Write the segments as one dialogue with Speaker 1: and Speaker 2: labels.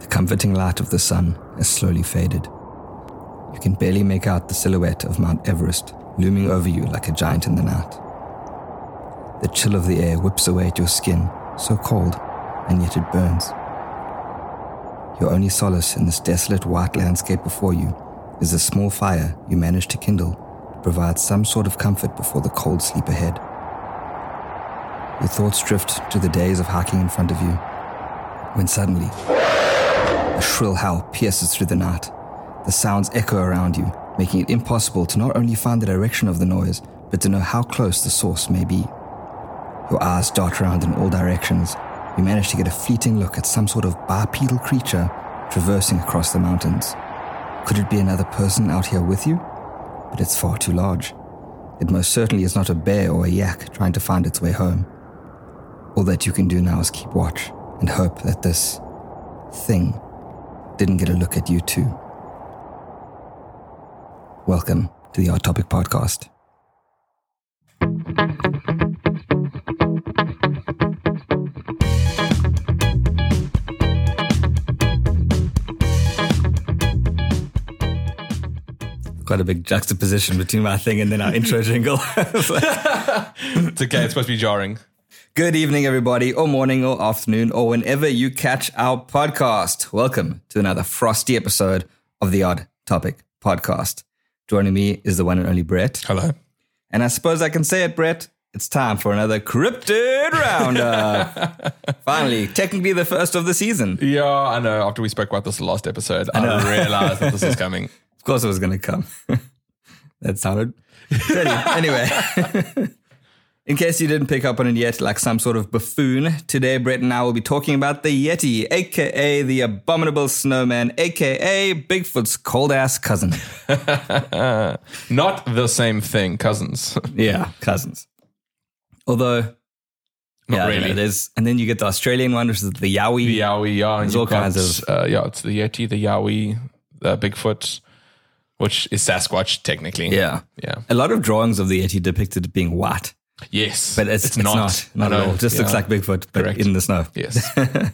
Speaker 1: The comforting light of the sun has slowly faded. You can barely make out the silhouette of Mount Everest looming over you like a giant in the night. The chill of the air whips away at your skin, so cold, and yet it burns. Your only solace in this desolate white landscape before you is the small fire you manage to kindle to provide some sort of comfort before the cold sleep ahead. Your thoughts drift to the days of hiking in front of you, when suddenly, a shrill howl pierces through the night. The sounds echo around you, making it impossible to not only find the direction of the noise, but to know how close the source may be. Your eyes dart around in all directions. You manage to get a fleeting look at some sort of bipedal creature traversing across the mountains. Could it be another person out here with you? But it's far too large. It most certainly is not a bear or a yak trying to find its way home. All that you can do now is keep watch and hope that this thing didn't get a look at you too. Welcome to the Odd Topic Podcast. Quite a big juxtaposition between my thing and then our intro jingle.
Speaker 2: It's okay. It's supposed to be jarring.
Speaker 1: Good evening, everybody, or morning, or afternoon, or whenever you catch our podcast. Welcome to another frosty episode of the Odd Topic Podcast. Joining me is the one and only Brett.
Speaker 2: Hello.
Speaker 1: And I suppose I can say it, Brett. It's time for another cryptid roundup. Finally, technically the first of the season.
Speaker 2: Yeah, I know. After we spoke about this last episode, I, realized that this is coming.
Speaker 1: Of course, it was going to come. that sounded pretty. anyway, in case you didn't pick up on it yet, like some sort of buffoon, today Brett and I will be talking about the Yeti, aka the abominable snowman, aka Bigfoot's cold ass cousin.
Speaker 2: Not the same thing, cousins.
Speaker 1: Yeah, cousins. Although,
Speaker 2: Not
Speaker 1: yeah, I don't know,
Speaker 2: really.
Speaker 1: there's, and then you get the Australian one, which is the Yowie.
Speaker 2: The Yowie, yeah. and
Speaker 1: There's
Speaker 2: you've
Speaker 1: all
Speaker 2: got,
Speaker 1: kinds of-
Speaker 2: Uh, yeah, it's the Yeti, the Yowie, the Bigfoot, which is Sasquatch, technically.
Speaker 1: Yeah.
Speaker 2: Yeah.
Speaker 1: A lot of drawings of the Yeti depicted it being white,
Speaker 2: Yes.
Speaker 1: but it's, it's not. Not,
Speaker 2: I
Speaker 1: at
Speaker 2: know,
Speaker 1: all. Just looks
Speaker 2: yeah.
Speaker 1: like Bigfoot, but
Speaker 2: Correct.
Speaker 1: in the snow.
Speaker 2: Yes.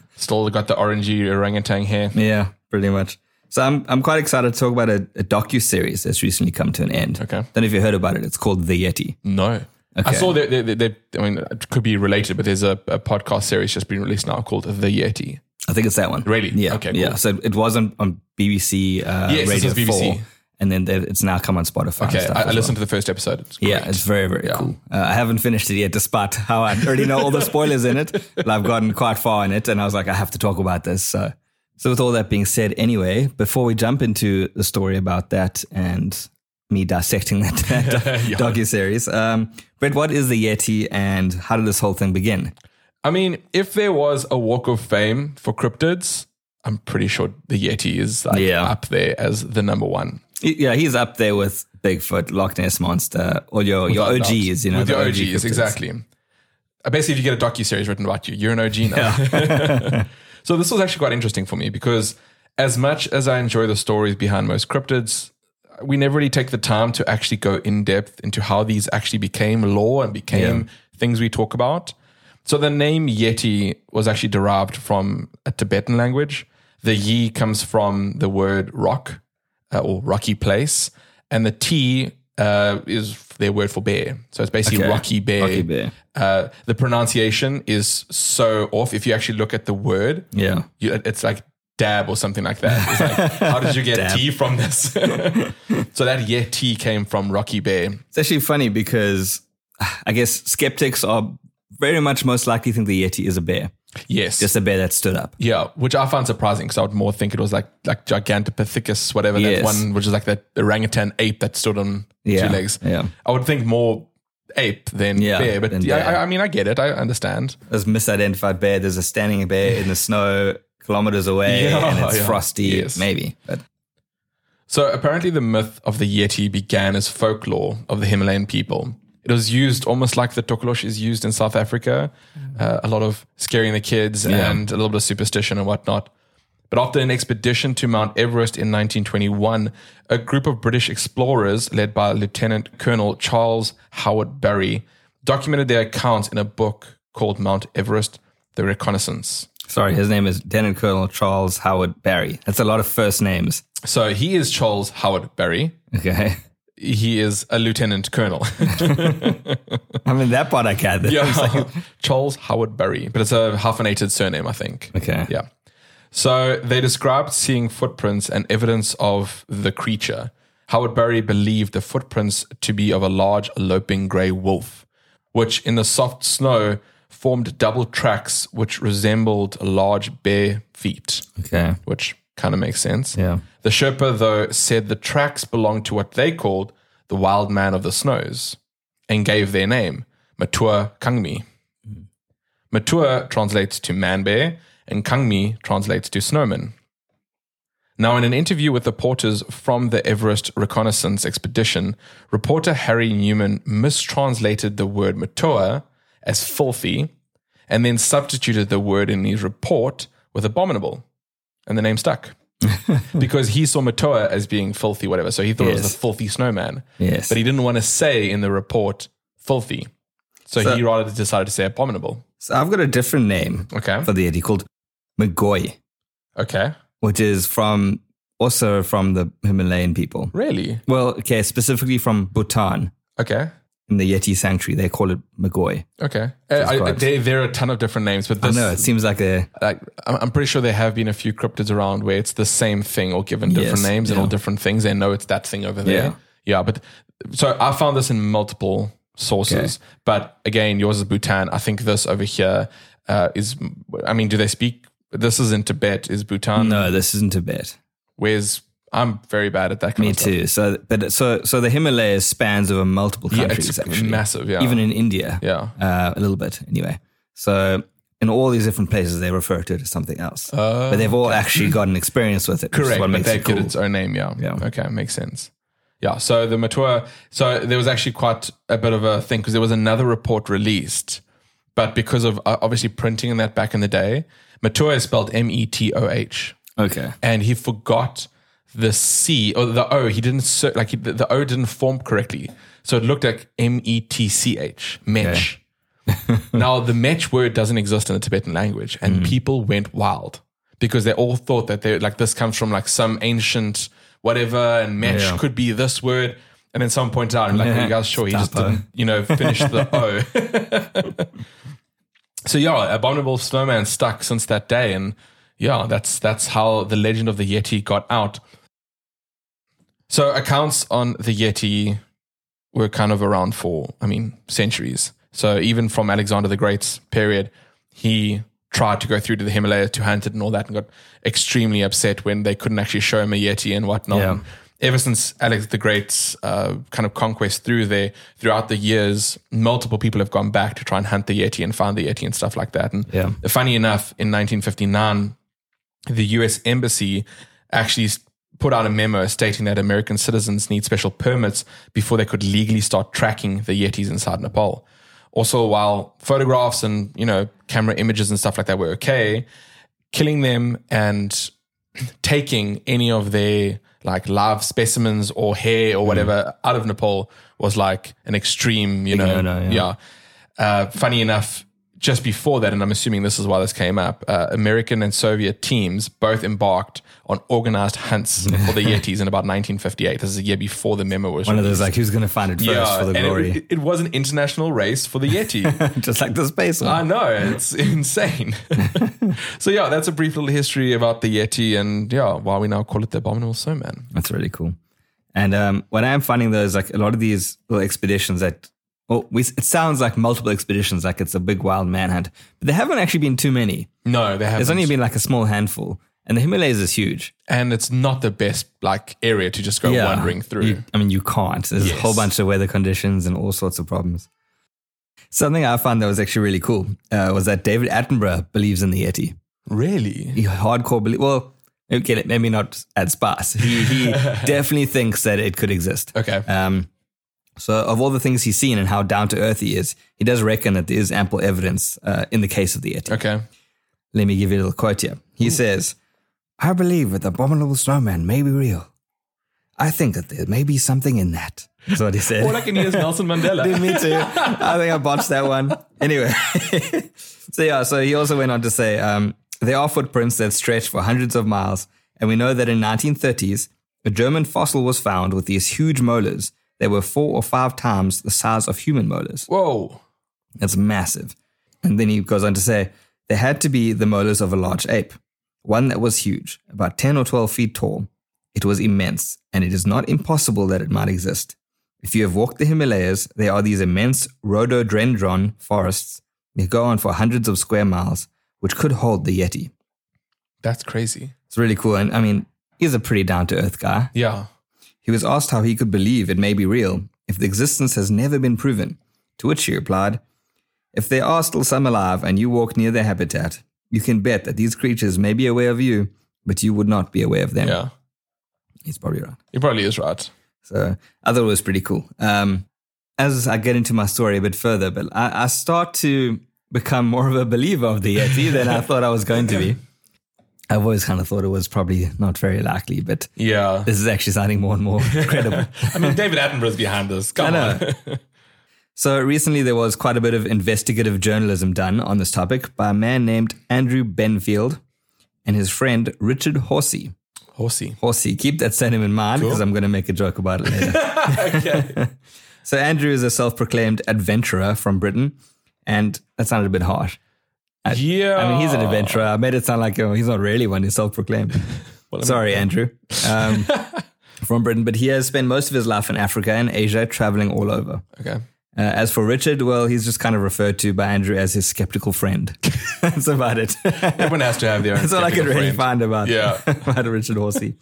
Speaker 2: Still got the orangey orangutan hair.
Speaker 1: Yeah, pretty much. So I'm, I'm quite excited to talk about a, a docu-series that's recently come to an end.
Speaker 2: Okay.
Speaker 1: Don't know if you heard about it. It's called The Yeti.
Speaker 2: No.
Speaker 1: Okay.
Speaker 2: I saw that they, they, they, I mean, it could be related, but there's a, a podcast series just been released now called The Yeti.
Speaker 1: I think it's that one.
Speaker 2: Really?
Speaker 1: Yeah.
Speaker 2: Okay,
Speaker 1: Yeah.
Speaker 2: cool.
Speaker 1: So it was on, on BBC uh,
Speaker 2: Yes, this
Speaker 1: Radio
Speaker 2: is BBC.
Speaker 1: 4. And then they've- it's now come on Spotify. and
Speaker 2: Okay.
Speaker 1: stuff
Speaker 2: I, I
Speaker 1: as well.
Speaker 2: listened to the first episode. It's
Speaker 1: Yeah,
Speaker 2: great.
Speaker 1: it's very, very cool. Uh, I haven't finished it yet, despite how I already know all the spoilers in it, but I've gotten quite far in it, and I was like, I have to talk about this. So, so with all that being said, anyway, before we jump into the story about that and me dissecting that, that
Speaker 2: Yeah.
Speaker 1: docu series, um, Brett, what is the Yeti, and how did this whole thing begin?
Speaker 2: I mean, if there was a walk of fame for cryptids, I'm pretty sure the Yeti is like
Speaker 1: Yeah.
Speaker 2: up there as the number one.
Speaker 1: Y- Yeah, he's up there with Bigfoot, Loch Ness monster, all your your
Speaker 2: Without doubt.
Speaker 1: OGs, you know,
Speaker 2: With
Speaker 1: the
Speaker 2: the
Speaker 1: OG
Speaker 2: OGs,
Speaker 1: cryptids.
Speaker 2: exactly. Uh, Basically, if you get a docu series written about you, you're an OG now. so this was actually quite interesting for me because, as much as I enjoy the stories behind most cryptids, we never really take the time to actually go in depth into how these actually became law and became things we talk about. So the name Yeti was actually derived from a Tibetan language. The Yi comes from the word rock uh, or rocky place, and the T uh, is their word for bear. So it's basically
Speaker 1: Okay.
Speaker 2: rocky bear.
Speaker 1: Rocky bear.
Speaker 2: Uh, the pronunciation is so off. If you actually look at the word,
Speaker 1: Yeah.
Speaker 2: you, it's like dab or something like that. It's like, how did you get T from this? so that Yeti came from rocky bear.
Speaker 1: It's actually funny because I guess skeptics are very much most likely think the Yeti is a bear,
Speaker 2: Yes.
Speaker 1: just a bear that stood up.
Speaker 2: Yeah, which I found surprising because I would more think it was like like Gigantopithecus, whatever
Speaker 1: Yes.
Speaker 2: that one, which is like that orangutan ape that stood on
Speaker 1: Yeah,
Speaker 2: two legs.
Speaker 1: yeah.
Speaker 2: I would think more ape than
Speaker 1: Yeah,
Speaker 2: bear, but
Speaker 1: than
Speaker 2: yeah,
Speaker 1: bear.
Speaker 2: I, I mean, I get it, I understand.
Speaker 1: There's misidentified bear. There's a standing bear in the snow kilometers away,
Speaker 2: Yeah,
Speaker 1: and it's
Speaker 2: yeah.
Speaker 1: frosty,
Speaker 2: Yes.
Speaker 1: maybe. But
Speaker 2: So apparently, the myth of the Yeti began as folklore of the Himalayan people. It was used almost like the Tokolosh is used in South Africa, uh, a lot of scaring the kids and a little bit of superstition and whatnot. But after an expedition to Mount Everest in 1921, a group of British explorers led by Lieutenant Colonel Charles Howard Berry documented their accounts in a book called Mount Everest The Reconnaissance.
Speaker 1: Sorry, his name is Lieutenant Colonel Charles Howard Barry. That's a lot of first names.
Speaker 2: So he is Charles Howard Berry.
Speaker 1: Okay.
Speaker 2: He is a lieutenant colonel.
Speaker 1: I mean, that part I gathered.
Speaker 2: yeah. Charles Howard Berry, but it's a hyphenated surname, I think.
Speaker 1: Okay.
Speaker 2: Yeah. So they described seeing footprints and evidence of the creature. Howard Berry believed the footprints to be of a large eloping gray wolf, which in the soft snow formed double tracks which resembled large bare feet,
Speaker 1: Okay.
Speaker 2: which kind of makes sense.
Speaker 1: Yeah.
Speaker 2: The Sherpa, though, said the tracks belonged to what they called the Wild Man of the Snows and gave their name, Matua Kangmi. Matua translates to man bear, and Kangmi translates to snowman. Now, in an interview with reporters from the Everest Reconnaissance Expedition, reporter Harry Newman mistranslated the word Matua as filthy and then substituted the word in his report with abominable, and the name stuck because he saw Matoa as being filthy, whatever. So he thought it was
Speaker 1: Yes.
Speaker 2: the filthy snowman.
Speaker 1: Yes.
Speaker 2: But he didn't want to say in the report filthy. So, he rather decided to say abominable.
Speaker 1: So I've got a different name
Speaker 2: Okay.
Speaker 1: for the Yeti called Magoy,
Speaker 2: Okay.
Speaker 1: which is from also from the Himalayan people.
Speaker 2: Really?
Speaker 1: Well, okay, specifically from Bhutan
Speaker 2: Okay.
Speaker 1: in the Yeti sanctuary, they call it Magoy.
Speaker 2: Okay. Uh, I,
Speaker 1: Christ.
Speaker 2: they, there are a ton of different names, but
Speaker 1: I
Speaker 2: this,
Speaker 1: know it seems like a
Speaker 2: like, I'm I'm pretty sure there have been a few cryptids around where it's the same thing or given different
Speaker 1: Yes,
Speaker 2: names and all
Speaker 1: yeah.
Speaker 2: different things. They know it's that thing over there.
Speaker 1: Yeah.
Speaker 2: Yeah, but so I found this in multiple sources, but again, yours is Bhutan. I think this over here uh, is. I mean, do they speak? This is in Tibet. Is Bhutan?
Speaker 1: no. This isn't Tibet.
Speaker 2: Where's I'm very bad at that kind
Speaker 1: Me
Speaker 2: of stuff.
Speaker 1: too. So, but so so the Himalayas spans over multiple
Speaker 2: Yeah,
Speaker 1: countries.
Speaker 2: it's
Speaker 1: actually,
Speaker 2: massive. Yeah,
Speaker 1: even in India,
Speaker 2: yeah.
Speaker 1: uh, a little bit anyway. So in all these different places, they refer to it as something else,
Speaker 2: Uh,
Speaker 1: but they've all actually got an experience with it. which is
Speaker 2: Correct,
Speaker 1: what
Speaker 2: but
Speaker 1: makes
Speaker 2: they
Speaker 1: it cool.
Speaker 2: get its own name. Yeah.
Speaker 1: Yeah.
Speaker 2: Okay, makes sense. Yeah. So the Matua. So there was actually quite a bit of a thing because there was another report released, but because of uh, obviously printing and that back in the day, Matua is spelled M E T O H,
Speaker 1: Okay.
Speaker 2: and he forgot the C or the O. He didn't cer- like he, the, the O didn't form correctly, so it looked like M E T C H mech. now the mech word doesn't exist in the Tibetan language, and people went wild because they all thought that they like this comes from like some ancient whatever, and mech
Speaker 1: Yeah.
Speaker 2: could be this word. And then someone pointed out, and like, are you guys sure he just didn't, you know, finish the O? So yeah, abominable snowman stuck since that day, and yeah, that's that's how the legend of the Yeti got out. So accounts on the Yeti were kind of around for, I mean, centuries. So even from Alexander the Great's period, he tried to go through to the Himalayas to hunt it and all that, and got extremely upset when they couldn't actually show him a Yeti and whatnot.
Speaker 1: Yeah.
Speaker 2: Ever since Alex the Great's uh, kind of conquest through there, throughout the years, multiple people have gone back to try and hunt the Yeti and find the Yeti and stuff like that. And
Speaker 1: Yeah.
Speaker 2: funny enough, in 1959, the US embassy actually s- put out a memo stating that American citizens need special permits before they could legally start tracking the Yetis inside Nepal. Also, while photographs and, you know, camera images and stuff like that were okay, killing them and taking any of their like live specimens or hair
Speaker 1: Mm.
Speaker 2: or whatever out of Nepal was like an extreme, you know,
Speaker 1: no-no, yeah.
Speaker 2: yeah. Uh, funny enough, just before that, and I'm assuming this is why this came up, uh, American and Soviet teams both embarked on organized hunts for the Yetis in about 1958. This is a year before the memo was
Speaker 1: One of
Speaker 2: released.
Speaker 1: those like who's going to find it first for the
Speaker 2: and it-
Speaker 1: glory,
Speaker 2: It, it was an international race for the Yeti.
Speaker 1: just like the space one.
Speaker 2: I know it's insane. so yeah, that's a brief little history about the Yeti, and yeah, why we now call it the Abominable Snowman.
Speaker 1: That's really cool. And um, what I am finding though is like a lot of these little expeditions that, well, we, it sounds like multiple expeditions, like it's a big wild manhunt, but there haven't actually been too many.
Speaker 2: No, they haven't,
Speaker 1: There's only been like a small handful, and the Himalayas is huge.
Speaker 2: and it's not the best like area to just go wandering through.
Speaker 1: You- I mean, you can't. There's a whole
Speaker 2: Yes.
Speaker 1: bunch of weather conditions and all sorts of problems. Something I found that was actually really cool uh, was that David Attenborough believes in the Yeti.
Speaker 2: really?
Speaker 1: He hardcore believe. Well, okay, maybe not at Spas. He, he definitely thinks that it could exist.
Speaker 2: Okay.
Speaker 1: Um, so, of all the things he's seen and how down to earth he is, he does reckon that there is ample evidence uh, in the case of the Yeti.
Speaker 2: Okay.
Speaker 1: Let me give you a little quote here. He says, I believe that the abominable snowman may be real. I think that there may be something in that. That's what he said.
Speaker 2: All I can hear is Nelson Mandela.
Speaker 1: me too. I think I botched that one. Anyway, so yeah, so he also went on to say, um, There are footprints that stretch for hundreds of miles, and we know that in 1930s, a German fossil was found with these huge molars. They were four or five times the size of human molars.
Speaker 2: Whoa.
Speaker 1: That's massive. And then he goes on to say they had to be the molars of a large ape, one that was huge, about 10 or 12 feet tall. It was immense, and it is not impossible that it might exist. If you have walked the Himalayas, there are these immense rhododendron forests that go on for hundreds of square miles, which could hold the Yeti.
Speaker 2: That's crazy.
Speaker 1: It's really cool. And I mean, he's a pretty down to earth guy.
Speaker 2: Yeah.
Speaker 1: He was asked how he could believe it may be real if the existence has never been proven, to which he replied, If there are still some alive and you walk near their habitat, you can bet that these creatures may be aware of you, but you would not be aware of them.
Speaker 2: Yeah.
Speaker 1: He's probably right.
Speaker 2: He probably is right.
Speaker 1: So I thought it was pretty cool. Um, as I get into my story a bit further, but I, I start to become more of a believer of the Yeti than I thought I was going to be. I've always kind of thought it was probably not very likely, but
Speaker 2: Yeah.
Speaker 1: this is actually sounding more and more credible.
Speaker 2: I mean, David Attenborough's behind this. Come
Speaker 1: I
Speaker 2: on.
Speaker 1: know. So recently, there was quite a bit of investigative journalism done on this topic by a man named Andrew Benfield and his friend Richard Horsey.
Speaker 2: Horsey.
Speaker 1: Horsey, keep that sentiment in mind because I'm going to make a joke about it later.
Speaker 2: okay.
Speaker 1: so Andrew is a self-proclaimed adventurer from Britain, and that sounded a bit harsh.
Speaker 2: Yeah.
Speaker 1: I mean, he's an adventurer. I made it sound like oh, he's not really one. He's self-proclaimed. Sorry, Andrew, um, from Britain, but he has spent most of his life in Africa and Asia, traveling all over.
Speaker 2: Okay.
Speaker 1: Uh, as for Richard, well, he's just kind of referred to by Andrew as his skeptical friend. That's about it. That's
Speaker 2: Everyone has to have their own.
Speaker 1: all I could
Speaker 2: skeptical
Speaker 1: really
Speaker 2: friend.
Speaker 1: find about,
Speaker 2: Yeah.
Speaker 1: about Richard Horsey.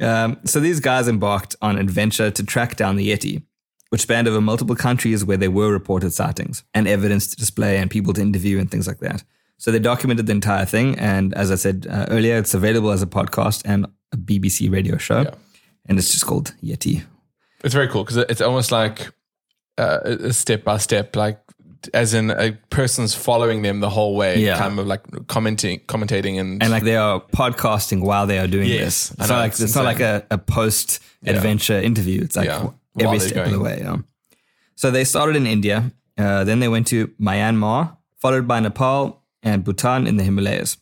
Speaker 1: Um, so these guys embarked on adventure to track down the Yeti, which spanned over multiple countries where there were reported sightings and evidence to display and people to interview and things like that. So they documented the entire thing. And as I said uh, earlier, it's available as a podcast and a BBC radio show.
Speaker 2: Yeah.
Speaker 1: And it's just called Yeti.
Speaker 2: It's very cool because it's almost like uh, a step by step, like as in a person's following them the whole way,
Speaker 1: Yeah.
Speaker 2: kind of like commenting, commentating, and,
Speaker 1: and like they are podcasting while they are doing
Speaker 2: Yes,
Speaker 1: this.
Speaker 2: I
Speaker 1: It's
Speaker 2: know,
Speaker 1: not like
Speaker 2: it's
Speaker 1: it's, not like a, a post adventure interview. It's like
Speaker 2: Yeah,
Speaker 1: w-
Speaker 2: while
Speaker 1: every
Speaker 2: they're
Speaker 1: step of the
Speaker 2: going.
Speaker 1: way. yeah. So they started in India, uh, then they went to Myanmar, followed by Nepal and Bhutan in the Himalayas.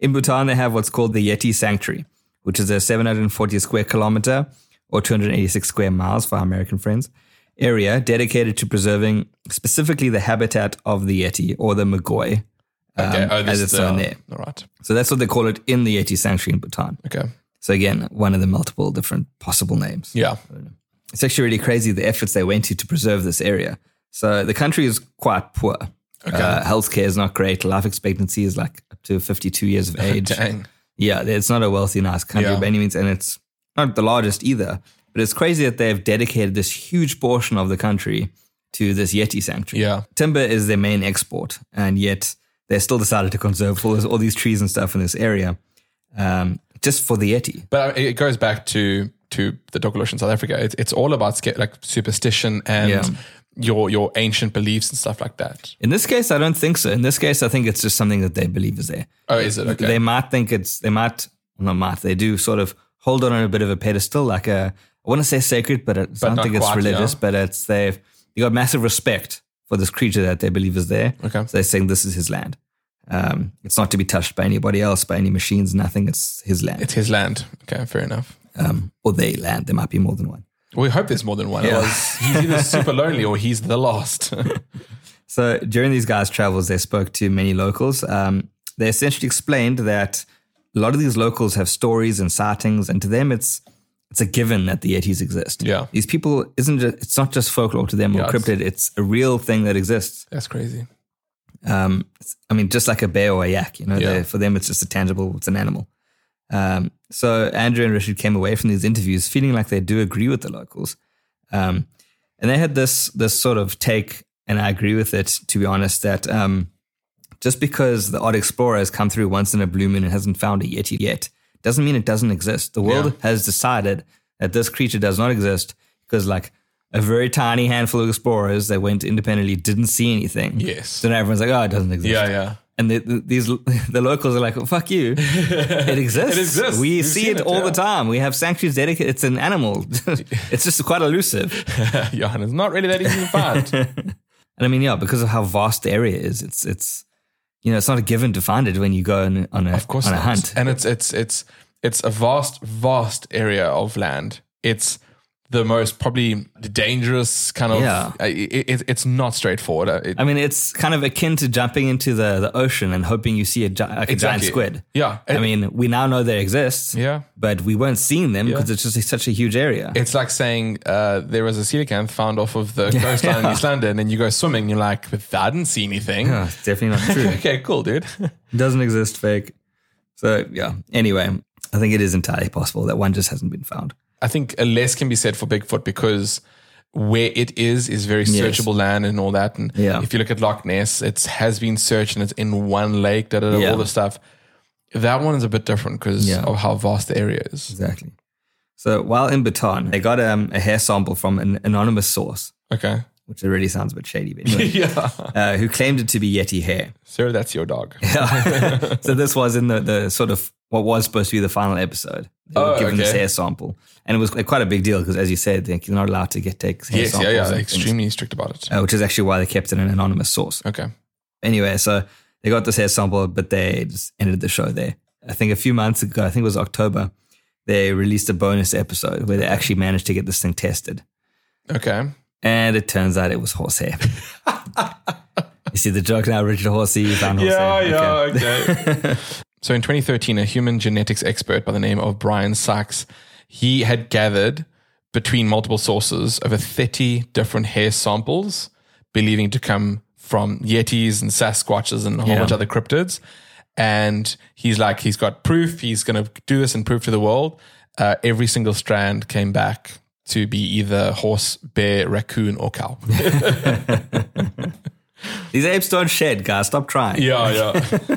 Speaker 1: In Bhutan, they have what's called the Yeti Sanctuary, which is a 740 square kilometer or 286 square miles for our American friends area dedicated to preserving specifically the habitat of the Yeti or the Magoi. um,
Speaker 2: okay, oh, this
Speaker 1: as
Speaker 2: is
Speaker 1: it's
Speaker 2: the-
Speaker 1: known there.
Speaker 2: All right.
Speaker 1: So that's what they call it in the Yeti Sanctuary in Bhutan.
Speaker 2: Okay.
Speaker 1: So again, one of the multiple different possible names.
Speaker 2: Yeah.
Speaker 1: It's actually really crazy the efforts they went to to preserve this area. So the country is quite poor.
Speaker 2: Okay.
Speaker 1: Uh, healthcare is not great. Life expectancy is like up to 52 years of age.
Speaker 2: Dang.
Speaker 1: yeah, it's not a wealthy, nice country
Speaker 2: Yeah.
Speaker 1: by any means. And it's not the largest either. But it's crazy that they've dedicated this huge portion of the country to this Yeti sanctuary
Speaker 2: Yeah.
Speaker 1: timber is their main export, and yet they still decided to conserve all, all these trees and stuff in this area um, just for the Yeti.
Speaker 2: But it goes back to to the Dogalore in South Africa. It's it's all about sca- like superstition and
Speaker 1: Yeah.
Speaker 2: your your ancient beliefs and stuff like that.
Speaker 1: In this case, I don't think so. In this case, I think it's just something that they believe is there.
Speaker 2: Oh, is it okay?
Speaker 1: They might think it's, they might, well, not might, they do sort of hold on on a bit of a pedestal, like a, I want to say sacred, but it's, I don't
Speaker 2: not
Speaker 1: think it's
Speaker 2: quite,
Speaker 1: religious,
Speaker 2: yeah.
Speaker 1: but it's, they've they got massive respect for this creature that they believe is there.
Speaker 2: okay.
Speaker 1: So they're saying this is his land. Um, it's not to be touched by anybody else, by any machines, nothing. It's his land.
Speaker 2: It's his land. Okay, fair enough.
Speaker 1: um, or they land. There might be more than one.
Speaker 2: We hope there's more than one.
Speaker 1: Yeah.
Speaker 2: Otherwise, he's either super lonely or he's the last.
Speaker 1: So during these guys' travels, they spoke to many locals. Um, they essentially explained that a lot of these locals have stories and sightings, and to them, it's it's a given that the Yetis exist.
Speaker 2: Yeah.
Speaker 1: these people isn't just, it's not just folklore to them or
Speaker 2: Yeah, it's-
Speaker 1: cryptid. It's a real thing that exists.
Speaker 2: That's crazy.
Speaker 1: Um, it's- I mean, just like a bear or a yak, you know,
Speaker 2: Yeah.
Speaker 1: they- for them, it's just a tangible, it's an animal. Um, so Andrew and Richard came away from these interviews feeling like they do agree with the locals. Um, and they had this, this sort of take, and I agree with it, to be honest, that um, just because the odd explorer has come through once in a blue moon and hasn't found a Yeti yet, doesn't mean it doesn't exist. The world has decided that this creature does not exist because, like, a very tiny handful of explorers that went independently didn't see anything.
Speaker 2: Yes.
Speaker 1: So now everyone's like, oh, it doesn't exist.
Speaker 2: Yeah, yeah.
Speaker 1: And the, the, these the locals are like, well, fuck you. It exists.
Speaker 2: exists.
Speaker 1: We
Speaker 2: We've
Speaker 1: see
Speaker 2: seen
Speaker 1: it,
Speaker 2: it,
Speaker 1: all
Speaker 2: yeah.
Speaker 1: the time. We have sanctuaries dedicated. It's an animal. it's just quite elusive.
Speaker 2: Johan, it's not really that easy to find.
Speaker 1: And I mean, yeah, because of how vast the area is, it's it's you know, it's not a given to find it when you go on, on a
Speaker 2: Of course,
Speaker 1: on a
Speaker 2: not.
Speaker 1: hunt.
Speaker 2: And it's it's it's it's a vast vast area of land. It's the most probably dangerous kind of.
Speaker 1: Yeah.
Speaker 2: uh, It, it, it's not straightforward. Uh, It,
Speaker 1: I mean, it's kind of akin to jumping into the, the ocean and hoping you see a, gi- like a giant
Speaker 2: Exactly.
Speaker 1: squid.
Speaker 2: yeah.
Speaker 1: I mean, we now know they exist,
Speaker 2: Yeah.
Speaker 1: but we weren't seeing them because it's just such a huge area.
Speaker 2: it's like saying uh, there was a coelacanth found off of the coastline in East London, and you go swimming. You're like, "But I didn't see anything.
Speaker 1: Yeah, it's definitely not true.
Speaker 2: Okay, cool, dude.
Speaker 1: It doesn't exist, fake. So, yeah. Anyway, I think it is entirely possible that one just hasn't been found.
Speaker 2: I think a less can be said for Bigfoot because where it is is very searchable land and all that. And
Speaker 1: Yeah.
Speaker 2: if you look at Loch Ness, it has been searched and it's in one lake, da, da, da,
Speaker 1: Yeah.
Speaker 2: all the stuff. That one is a bit different because
Speaker 1: Yeah.
Speaker 2: of how vast the area is.
Speaker 1: Exactly. So, while in Bataan, they got um, a hair sample from an anonymous source,
Speaker 2: Okay.
Speaker 1: which already sounds a bit shady, but anyway,
Speaker 2: yeah.
Speaker 1: uh, who claimed it to be Yeti hair.
Speaker 2: Sir, that's your dog.
Speaker 1: so this was in the, the sort of what was supposed to be the final episode. They were
Speaker 2: Oh,
Speaker 1: given this
Speaker 2: okay.
Speaker 1: hair sample, and it was quite a big deal because, as you said, like, you're not allowed to get take hair
Speaker 2: yes, yeah,
Speaker 1: samples,
Speaker 2: yeah.
Speaker 1: and
Speaker 2: They're
Speaker 1: things,
Speaker 2: extremely strict about it.
Speaker 1: uh, which is actually why they kept it in an anonymous source.
Speaker 2: Okay.
Speaker 1: Anyway, so they got this hair sample, but they just ended the show there. I think a few months ago, I think it was October, they released a bonus episode where they actually managed to get this thing tested,
Speaker 2: Okay.
Speaker 1: and it turns out it was horsehair. you see the joke now, Richard Horsey you found horsehair. Okay.
Speaker 2: okay. so in 2013, a human genetics expert by the name of Brian Sachs, he had gathered between multiple sources over 30 different hair samples, believing to come from Yetis and Sasquatches and a whole bunch of other cryptids. And he's like, he's got proof. He's going to do this and prove to the world. Uh, every single strand came back to be either horse, bear, raccoon, or cow.
Speaker 1: These apes don't shed, guys. Stop trying.
Speaker 2: Yeah, yeah.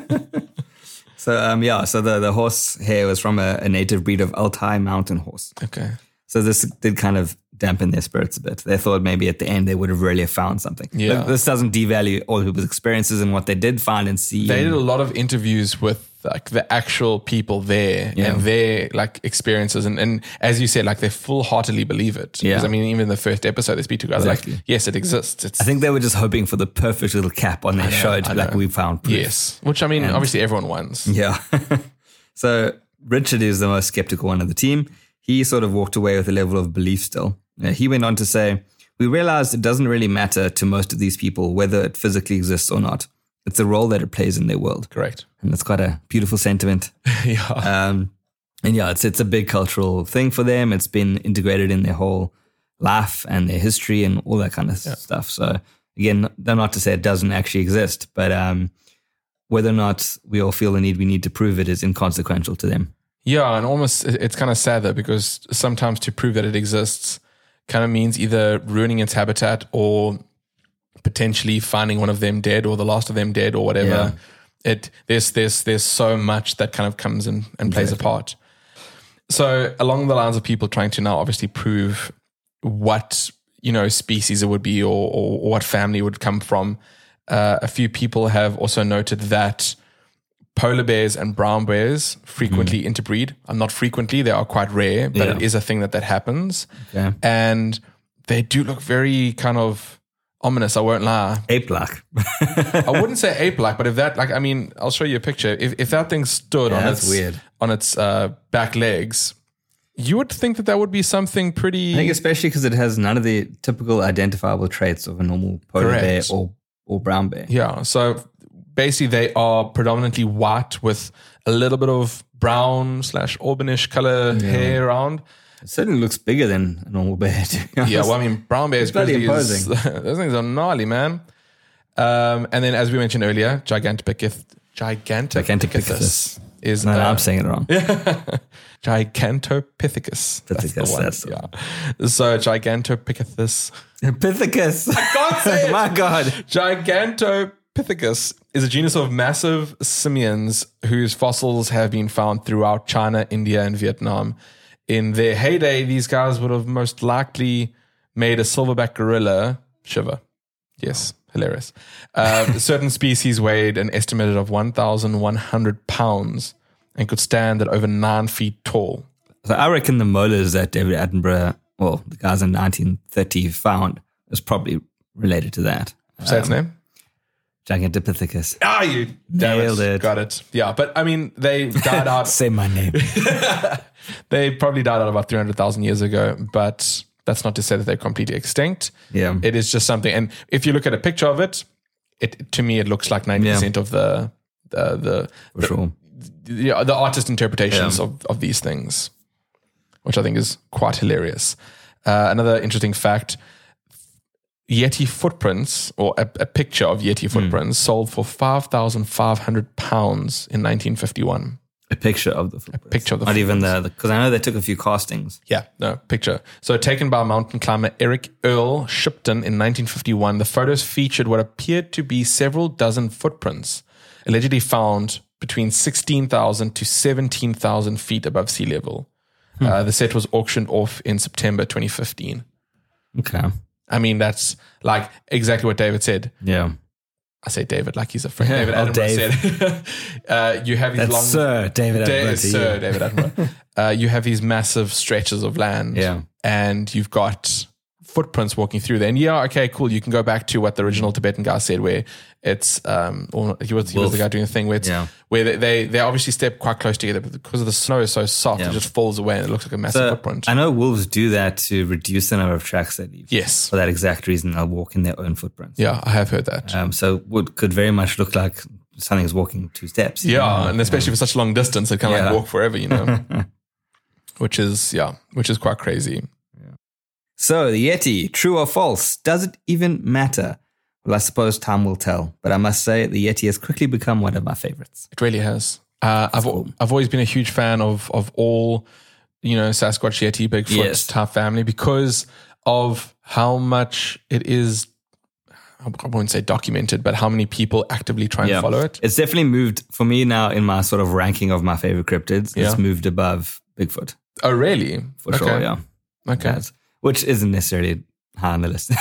Speaker 1: So um yeah, so the, the horse hair was from a, a native breed of Altai mountain horse.
Speaker 2: okay.
Speaker 1: So this did kind of dampen their spirits a bit. They thought maybe at the end they would have really found something.
Speaker 2: Yeah.
Speaker 1: Look, this doesn't devalue all people's experiences and what they did find and see.
Speaker 2: they
Speaker 1: and-
Speaker 2: did a lot of interviews with like the actual people there and their like experiences and, and as you said like they full heartedly believe it
Speaker 1: Yeah.
Speaker 2: because I mean even in the first episode they speak to guys
Speaker 1: Exactly.
Speaker 2: like yes it exists it's
Speaker 1: I think they were just hoping for the perfect little cap on their show to be like we found proof.
Speaker 2: yes which I mean obviously everyone wants
Speaker 1: Yeah. so Richard is the most skeptical one of the team. He sort of walked away with a level of belief still. Uh, he went on to say, We realized it doesn't really matter to most of these people whether it physically exists or not. It's the role that it plays in their world.
Speaker 2: correct
Speaker 1: And that's quite a beautiful sentiment.
Speaker 2: yeah
Speaker 1: Um, and yeah, it's, it's a big cultural thing for them. It's been integrated in their whole life and their history and all that kind of stuff. So again, they're not to say it doesn't actually exist, but um, whether or not we all feel the need we need to prove it is inconsequential to them.
Speaker 2: yeah and almost it- it's kind of sad though because sometimes to prove that it exists kind of means either ruining its habitat or potentially finding one of them dead or the last of them dead or whatever. It there's there's there's so much that kind of comes in and plays a part. So along the lines of people trying to now obviously prove what you know species it would be or, or, or what family it would come from, uh, a few people have also noted that polar bears and brown bears frequently interbreed. Uh, Not frequently, they are quite rare, but it
Speaker 1: Mm-hmm. Yeah.
Speaker 2: is a thing that that happens
Speaker 1: Okay.
Speaker 2: and they do look very kind of ominous. I won't lie.
Speaker 1: Ape like.
Speaker 2: I wouldn't say ape-like, but if that, like, I mean, I'll show you a picture. If if that thing stood on
Speaker 1: that's
Speaker 2: its
Speaker 1: weird.
Speaker 2: on its uh, back legs, you would think that that would be something pretty.
Speaker 1: I think especially because it has none of the typical identifiable traits of a normal polar bear
Speaker 2: Correct.
Speaker 1: or, or brown bear.
Speaker 2: yeah. So basically, they are predominantly white with a little bit of brown slash auburnish color hair around.
Speaker 1: It certainly looks bigger than a normal bear. To be honest.
Speaker 2: Yeah, well, I mean, brown bears,
Speaker 1: bloody
Speaker 2: grizzlies, those things are gnarly, man. Um, and then, as we mentioned earlier, Gigantopithecus, Gigantopithecus
Speaker 1: Gigantopithecus.
Speaker 2: is
Speaker 1: No, no,
Speaker 2: uh,
Speaker 1: I'm saying it wrong.
Speaker 2: Gigantopithecus. That's the
Speaker 1: Pithecus,
Speaker 2: one.
Speaker 1: that's the
Speaker 2: yeah. So Gigantopithecus,
Speaker 1: Epithecus.
Speaker 2: can't say it.
Speaker 1: My God.
Speaker 2: Gigantopithecus is a genus of massive simians whose fossils have been found throughout China, India, and Vietnam. In their heyday, these guys would have most likely made a silverback gorilla shiver. Yes, hilarious. Um, certain species weighed an estimated of 1,100 pounds and could stand at over nine feet tall.
Speaker 1: So I reckon the molars that David Attenborough, well, the guys in 1930 found is probably related to that.
Speaker 2: Say its name.
Speaker 1: Gigantopithecus.
Speaker 2: Ah, you damn
Speaker 1: Nailed it.
Speaker 2: Got it. Yeah, but I mean, they died out.
Speaker 1: Say my name.
Speaker 2: they probably died out about 300,000 years ago, but that's not to say that they're completely extinct.
Speaker 1: Yeah.
Speaker 2: It is just something. And if you look at a picture of it, it to me, it looks like 90% of the, the, the,
Speaker 1: For sure.
Speaker 2: the, yeah, the artist interpretations of, of these things, which I think is quite hilarious. Uh, another interesting fact Yeti footprints, or a, a picture of Yeti footprints, sold for £5,500 in 1951.
Speaker 1: A picture of the footprints.
Speaker 2: picture of the
Speaker 1: Not even the, because I know they took a few castings.
Speaker 2: Yeah, no, picture. So taken by mountain climber Eric Earl Shipton in 1951, the photos featured what appeared to be several dozen footprints, allegedly found between 16,000 to 17,000 feet above sea level.
Speaker 1: Hmm.
Speaker 2: Uh, the set was auctioned off in September 2015.
Speaker 1: Okay.
Speaker 2: I mean, that's like exactly what David said.
Speaker 1: Yeah.
Speaker 2: I say David like he's a friend. David
Speaker 1: Oh,
Speaker 2: Attenborough said, uh, "You have these
Speaker 1: That's
Speaker 2: long,
Speaker 1: Sir David
Speaker 2: Da-
Speaker 1: Attenborough to
Speaker 2: Sir
Speaker 1: you.
Speaker 2: David Attenborough. uh, you have these massive stretches of land,
Speaker 1: Yeah.
Speaker 2: and you've got footprints walking through there. And yeah, okay, cool. You can go back to what the original Tibetan guy said, where it's um, or he was he was the
Speaker 1: Wolf.
Speaker 2: guy doing the thing where it's,
Speaker 1: Yeah.
Speaker 2: where they, they they obviously step quite close together, but because of the snow is so soft,
Speaker 1: Yeah.
Speaker 2: it just falls away and it looks like a massive
Speaker 1: So,
Speaker 2: footprint.
Speaker 1: I know wolves do that to reduce the number of tracks they leave.
Speaker 2: yes,
Speaker 1: For that exact reason, they'll walk in their own footprints.
Speaker 2: yeah, I have heard that.
Speaker 1: Um, so what could very much look like something's walking two steps.
Speaker 2: Yeah, and especially for such a long distance, they kind of
Speaker 1: oh, Yeah.
Speaker 2: like walk forever, you know. which is yeah, which is quite crazy.
Speaker 1: So the Yeti, true or false, does it even matter? Well, I suppose time will tell. But I must say, the Yeti has quickly become one of my favorites.
Speaker 2: It really has. Uh, I've
Speaker 1: cool.
Speaker 2: I've always been a huge fan of of all you know Sasquatch, Yeti, Bigfoot
Speaker 1: Yes.
Speaker 2: type family because of how much it is. I won't say documented, but how many people actively try and
Speaker 1: Yeah.
Speaker 2: follow it?
Speaker 1: It's definitely moved for me now in my sort of ranking of my favorite cryptids.
Speaker 2: Yeah.
Speaker 1: It's moved above Bigfoot
Speaker 2: Oh, really?
Speaker 1: for sure. Yeah,
Speaker 2: Okay.
Speaker 1: That's- which isn't necessarily high on the list, uh,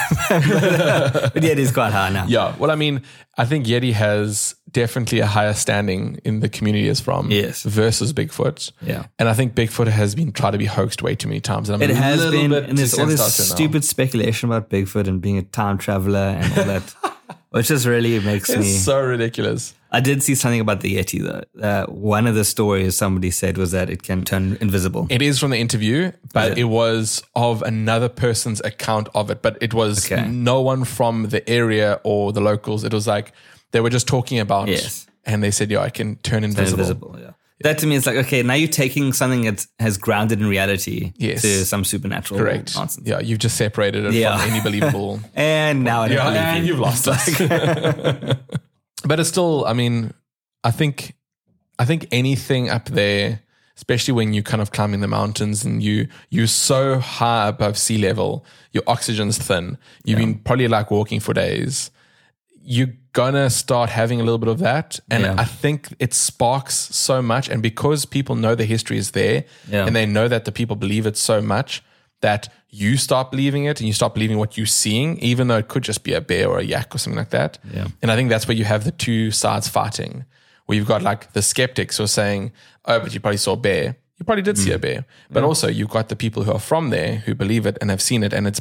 Speaker 1: but, but Yeti's quite high now.
Speaker 2: Yeah. Well, I mean, I think Yeti has definitely a higher standing in the community as from
Speaker 1: Yes.
Speaker 2: versus Bigfoot.
Speaker 1: Yeah.
Speaker 2: And I think Bigfoot has been tried to be hoaxed way too many times. And I'm
Speaker 1: It
Speaker 2: a
Speaker 1: has
Speaker 2: little
Speaker 1: been,
Speaker 2: bit
Speaker 1: and there's all this
Speaker 2: desensitized to it now.
Speaker 1: stupid speculation about Bigfoot and being a time traveler and all that, which just really makes me.
Speaker 2: It's so ridiculous.
Speaker 1: I did see something about the Yeti though. Uh, one of the stories somebody said was that it can turn invisible.
Speaker 2: It is from the interview, but it? was of another person's account of it. But it was
Speaker 1: Okay.
Speaker 2: no one from the area or the locals. It was like they were just talking about
Speaker 1: Yes.
Speaker 2: and they said, Yeah, I can turn invisible.
Speaker 1: Invisible, yeah. That to me is like okay, now you're taking something that has grounded in reality
Speaker 2: Yes.
Speaker 1: to some supernatural
Speaker 2: Correct.
Speaker 1: nonsense,
Speaker 2: Yeah, you've just separated it
Speaker 1: Yeah.
Speaker 2: from any believable
Speaker 1: and now I don't
Speaker 2: Yeah,
Speaker 1: believe
Speaker 2: and
Speaker 1: you.
Speaker 2: you've lost us. but it's still, I mean, I think, I think anything up there, especially when you're kind of climbing the mountains and you you're so high above sea level, your oxygen's thin. You've been probably like walking for days. You're gonna start having a little bit of that, and
Speaker 1: Yeah.
Speaker 2: I think it sparks so much. And because people know the history is there,
Speaker 1: Yeah.
Speaker 2: and they know that the people believe it so much that you stop believing it and you stop believing what you're seeing, even though it could just be a bear or a yak or something like that.
Speaker 1: Yeah.
Speaker 2: And I think that's where you have the two sides fighting, where you've got like the skeptics who are saying, oh, but you probably saw a bear. You probably did
Speaker 1: Mm.
Speaker 2: see a bear. But also, you've got the people who are from there who believe it and have seen it, and it's,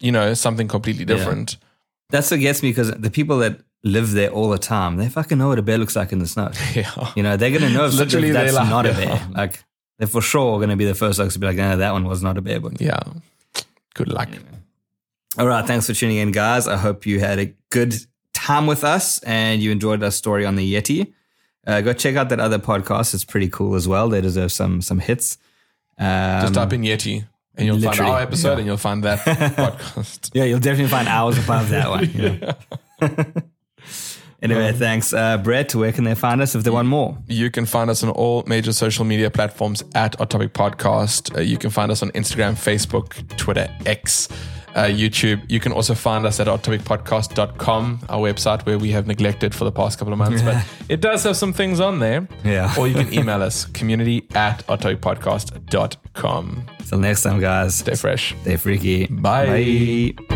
Speaker 2: you know, something completely different.
Speaker 1: That's what gets me because the people that live there all the time, they fucking know what a bear looks like in the snow.
Speaker 2: Yeah.
Speaker 1: You know, they're gonna know if
Speaker 2: Literally,
Speaker 1: Literally,
Speaker 2: they're
Speaker 1: that's
Speaker 2: like-
Speaker 1: not a
Speaker 2: yeah.
Speaker 1: bear. Like they're for sure gonna be the first folks to be like, no, that one was not a bear. But
Speaker 2: Yeah. Good luck.
Speaker 1: All right. Thanks for tuning in, guys. I hope you had a good time with us and you enjoyed our story on the Yeti. Uh, go check out that other podcast. It's pretty cool as well. They deserve some some hits. Um,
Speaker 2: Just type in Yeti and you'll find
Speaker 1: literally,
Speaker 2: our episode and you'll find that podcast.
Speaker 1: yeah, you'll definitely find hours above that one. anyway, thanks, uh, Brett. Where can they find us if they want more?
Speaker 2: You can find us on all major social media platforms at Odd Topic Podcast. Uh, you can find us on Instagram, Facebook, Twitter, X, uh, YouTube. You can also find us at oddtopicpodcast.com, our website where we have neglected for the past couple of months, but it does have some things on there.
Speaker 1: Yeah.
Speaker 2: Or you can email us, community at oddtopicpodcast.com.
Speaker 1: Till next time, guys.
Speaker 2: Stay fresh.
Speaker 1: Stay freaky.
Speaker 2: Bye.
Speaker 1: Bye.